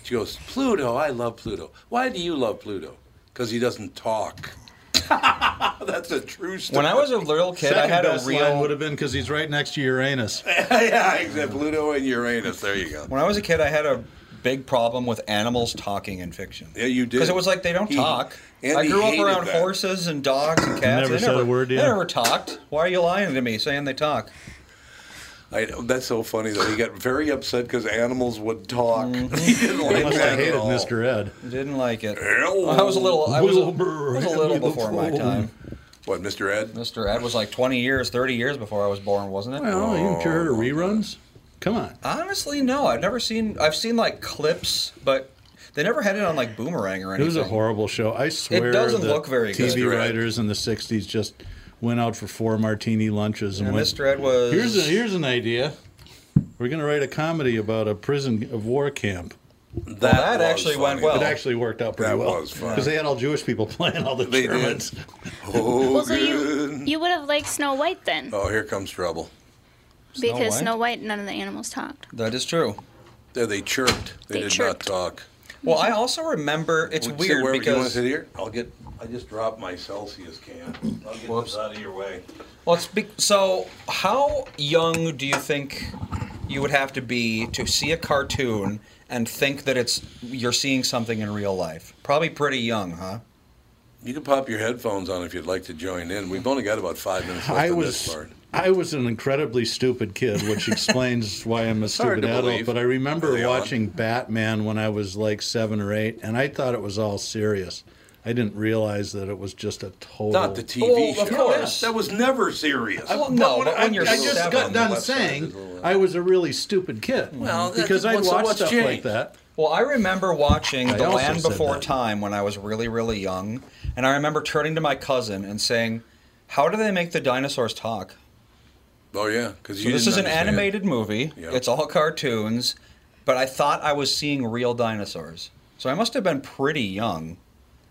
she goes, "Pluto, I love Pluto. Why do you love Pluto? Because he doesn't talk." That's a true story. When I was a little kid, I Second had a best line real. would have been because he's right next to Uranus. yeah, exactly. Pluto and Uranus. There you go. When I was a kid, I had a big problem with animals talking in fiction. Yeah, you did. Because it was like they don't He- talk. I Andy grew up hated around that. horses and dogs and cats. Never they said a word to They you. never talked. Why are you lying to me saying they talk? I know, that's so funny though. He got very upset because animals would talk. Mm-hmm. he didn't like He must that have at hated all. Mr. Ed. Didn't like it. Hello, I was a little. I was a, Wilbur, I was a hand little me the before my phone. time. What, Mr. Ed? Mr. Ed was like 20 years, 30 years before I was born, wasn't it? Well, you haven't heard of reruns? Come on. Honestly, no. I've never seen. I've seen like clips, but they never had it on like Boomerang or It anything. was a horrible show. I swear doesn't the look very good. TV Mr. Ed. writers in the '60s just went out for four martini lunches and And went. Mr. Ed was. Here's a, here's an idea. We're gonna write a comedy about a prison of war camp. That, that was actually went funny. well. It actually worked out pretty Oh. That well was fun. because they had all Jewish people playing all the They did. Germans. Oh, Well, so you good. you would have liked Snow White then, oh, here comes trouble. because White? Snow White, none of the animals talked. That is true. There they chirped. They, They did chirped. not talk. Well, I also remember it's Sit weird wherever- you want to because sit here? I'll get. I just dropped my Celsius can. I'll get Whoops. this out of your way. well, it's be, so how young do you think you would have to be to see a cartoon and think that it's you're seeing something in real life? Probably pretty young, huh? You can pop your headphones on if you'd like to join in. We've only got about five minutes left I in was this part. I was an incredibly stupid kid, which explains why I'm a Hard stupid to adult. believe. But I remember Early on. watching Batman when I was like seven or eight, and I thought it was all serious. I didn't realize that it was just a total. Not the TV Oh, show. of course. That was never serious. Well, no, but I, when you're I just seven, got done Left side saying is a little- I was a really stupid kid Well, that- because I'd what's- watch what's stuff like changed? that. Well, I remember watching I The also Land said Before that. Time when I was really, really young, and I remember turning to my cousin and saying, "How do they make the dinosaurs talk?" Oh yeah, because So this is an animated movie. Yeah. It's all cartoons, but I thought I was seeing real dinosaurs. So I must have been pretty young,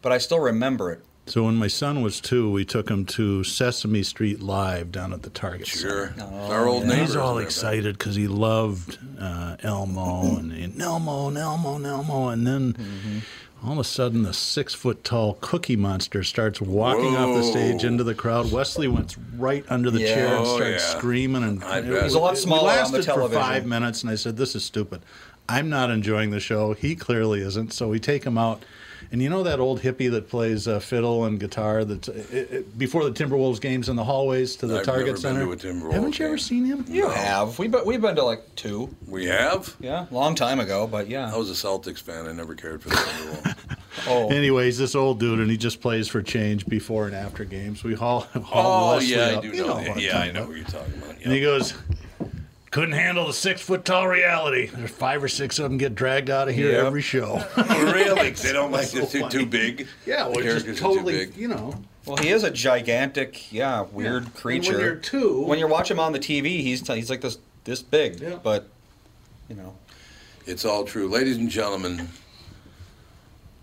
but I still remember it. So when my son was two, we took him to Sesame Street Live down at the Target. Center. Sure, Oh, our old And neighbors. he's all there, but- excited because he loved uh, Elmo and, and Elmo and Elmo and Elmo, and then Mm-hmm. all of a sudden the six foot tall Cookie Monster starts walking off the Whoa. stage into the crowd. Wesley went right under the Yeah. chair and Oh, starts yeah. screaming, and I it bet. It was a lot it- we smaller on the lasted television. for five minutes, and I said, "This is stupid. I'm not enjoying the show. He clearly isn't." So we take him out. And you know that old hippie that plays uh, fiddle and guitar that's uh, it, it, before the Timberwolves games in the hallways to the I've Target never been Center? to a Timberwolves Haven't you ever game. seen him? You have. We've been, we've been to like two. Oh. We have. Yeah, long time ago, but yeah. I was a Celtics fan. I never cared for the Timberwolves. oh, Anyways, this old dude, and he just plays for change before and after games. We haul, haul oh Wesley yeah, I up. do You know. what that. I'm Yeah, talking I know about. what you're talking about. And he yeah. goes, couldn't handle the six foot tall reality. There's five or six of them get dragged out of here Yep. every show. really? They don't like so this too, funny. too big. yeah, The well, characters just are too totally, big. you know. well, he is a gigantic, yeah, weird Yeah. creature. When you're two- When you watch him on the TV, he's he's like this this big, Yeah. but you know. It's all true, ladies and gentlemen.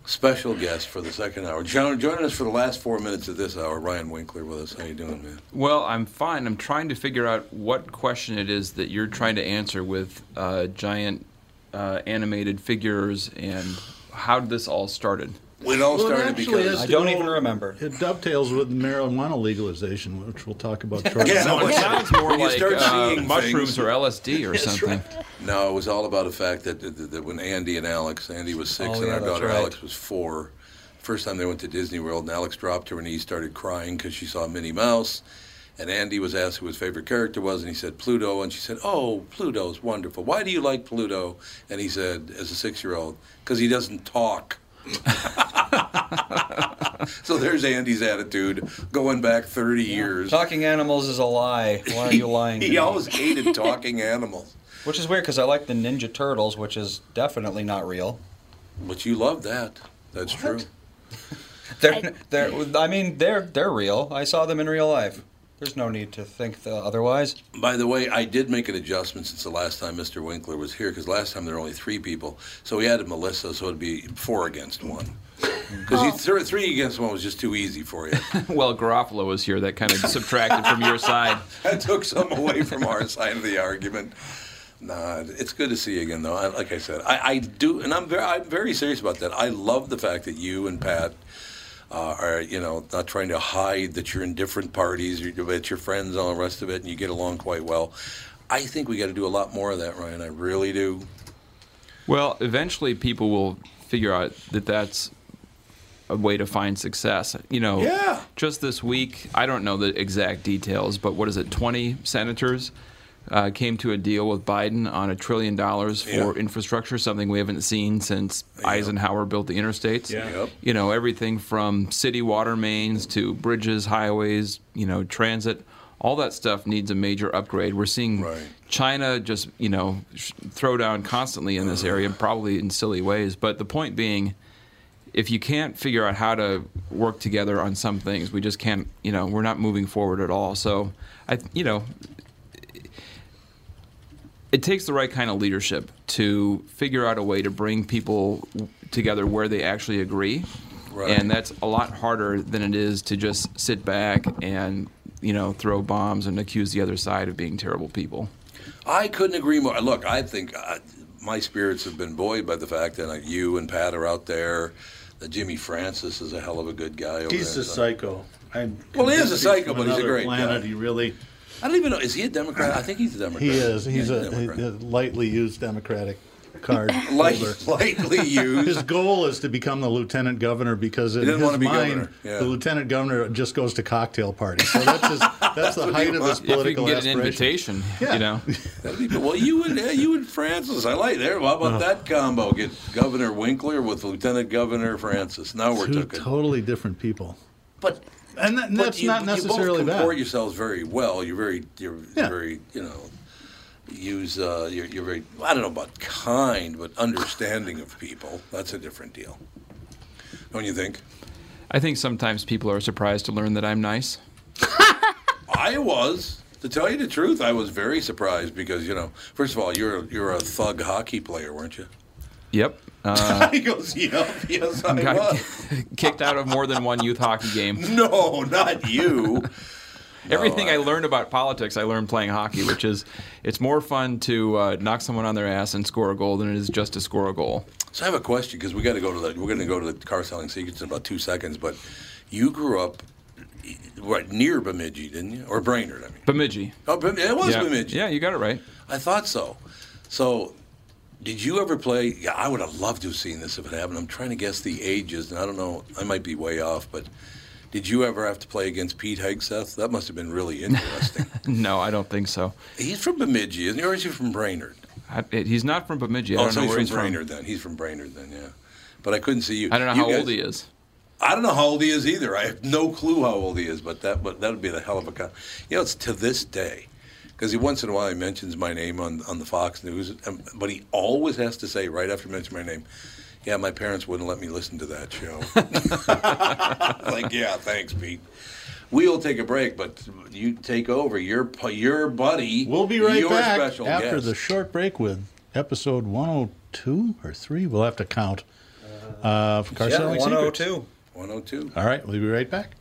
Special guest for the second hour. Jo- joining us for the last four minutes of this hour, Ryan Winkler with us. How you doing, man? Well, I'm fine. I'm trying to figure out what question it is that you're trying to answer with uh, giant uh, animated figures and how this all started. It all Well, it started actually because has I to don't go- even remember. It dovetails with marijuana legalization, which we'll talk about shortly. Oh, Yeah, no, It it's- sounds more when you like start uh, seeing mushrooms things- or LSD or something. No, it was all about the fact that, that, that when Andy and Alex, Andy was six Oh, and yeah, our that's daughter right. Alex was four, first time they went to Disney World, and Alex dropped to her knees, started crying because she saw Minnie Mouse. And Andy was asked who his favorite character was, and he said Pluto. And she said, Oh, Pluto's wonderful. Why do you like Pluto? And he said, as a six year old, because he doesn't talk. so there's Andy's attitude going back 30 years. Talking animals is a lie. Why are you lying? to He me? always hated talking animals. Which is weird because I like the Ninja Turtles, which is definitely not real. But you love that. That's true. They're, they're, I mean, they're they're real. I saw them in real life. There's no need to think the otherwise. By the way, I did make an adjustment since the last time Mr. Winkler was here, because last time there were only three people. So we added Melissa, so it'd be four against one. Because three against one was just too easy for you. well, Garofalo was here. That kind of subtracted from your side. I took some away from our side of the argument. Nah, it's good to see you again, though. I, like I said, I, I do, and I'm very, I'm very serious about that. I love the fact that you and Pat uh, are, you know, not trying to hide that you're in different parties, you're, that you're friends, and all the rest of it, and you get along quite well. I think we got to do a lot more of that, Ryan. I really do. Well, eventually people will figure out that that's a way to find success. You know, Yeah. just this week, I don't know the exact details, but what is it, 20 senators uh, came to a deal with Biden on a trillion dollars for Yeah. infrastructure, something we haven't seen since Eisenhower built the interstates. Yeah. Yep. You know, everything from city water mains to bridges, highways, you know, transit. All that stuff needs a major upgrade. We're seeing China just, you know, sh- throw down constantly in this area, probably in silly ways. But the point being, if you can't figure out how to work together on some things, we just can't. You know, we're not moving forward at all. So, I, you know, it takes the right kind of leadership to figure out a way to bring people w- together where they actually agree, Right. and that's a lot harder than it is to just sit back and you know throw bombs and accuse the other side of being terrible people. I couldn't agree more. Look, I think uh, my spirits have been buoyed by the fact that uh, you and Pat are out there. That Jimmy Francis is a hell of a good guy. Over He's there, a psycho. I'm Well, he is a convinced he's psycho, from but he's a another great planet. guy. He really I don't even know. Is he a Democrat? I think he's a Democrat. he is. He's Yeah, a, a lightly used Democratic card. Light- holder. lightly used. His goal is to become the lieutenant governor because in He doesn't his wanna be mind, governor, yeah. the lieutenant governor just goes to cocktail parties. So that's his, that's the height of if his we can political get an aspiration. invitation, you know. That'd be cool. Well, you and uh, you and Francis, I like there. How Uh-huh. about that combo? Get Governor Winkler with Lieutenant Governor Francis. Now we're Two talking. totally different people. But and, that, and But that's you- not necessarily You both bad. comport yourselves very well. You're very, you're Yeah. very, you know, use. Uh, you're, you're very. I don't know about kind, but understanding of people. That's a different deal. Don't you think? I think sometimes people are surprised to learn that I'm nice. I was. To tell you the truth, I was very surprised because you know, first of all, you're you're a thug hockey player, weren't you? Yep. Uh, he goes, yep, yes, I got was. kicked out of more than one youth hockey game. No, not you. Everything I learned about politics, I learned playing hockey, which is it's more fun to uh, knock someone on their ass and score a goal than it is just to score a goal. So I have a question because we got to go to the we're going to go to the car selling secrets in about two seconds. But you grew up right near Bemidji, didn't you, or Brainerd? I mean, Bemidji. oh, Bem- it was yeah. Bemidji. Yeah, you got it right. I thought so. So, did you ever play? Yeah, I would have loved to have seen this if it happened. I'm trying to guess the ages, and I don't know. I might be way off, but did you ever have to play against Pete Hegseth? That must have been really interesting. No, I don't think so. He's from Bemidji, isn't he? Or is he from Brainerd? I, he's not from Bemidji. I oh, don't so know he's where from he's from. Brainerd then. He's from Brainerd then, yeah. But I couldn't see you. I don't know You how guys- old he is. I don't know how old he is either. I have no clue how old he is, but that but that would be the hell of a con. You know, it's to this day because he once in a while he mentions my name on on the Fox News, um, but he always has to say right after mentioning my name. Yeah, my parents wouldn't let me listen to that show. like, yeah, thanks, Pete. We'll take a break, but you take over. Your pu- your buddy. We'll be right your back special after guest. the short break with episode 102 or 3. We'll have to count. Uh, of car yeah, selling 102. 102. Secrets. All right, we'll be right back.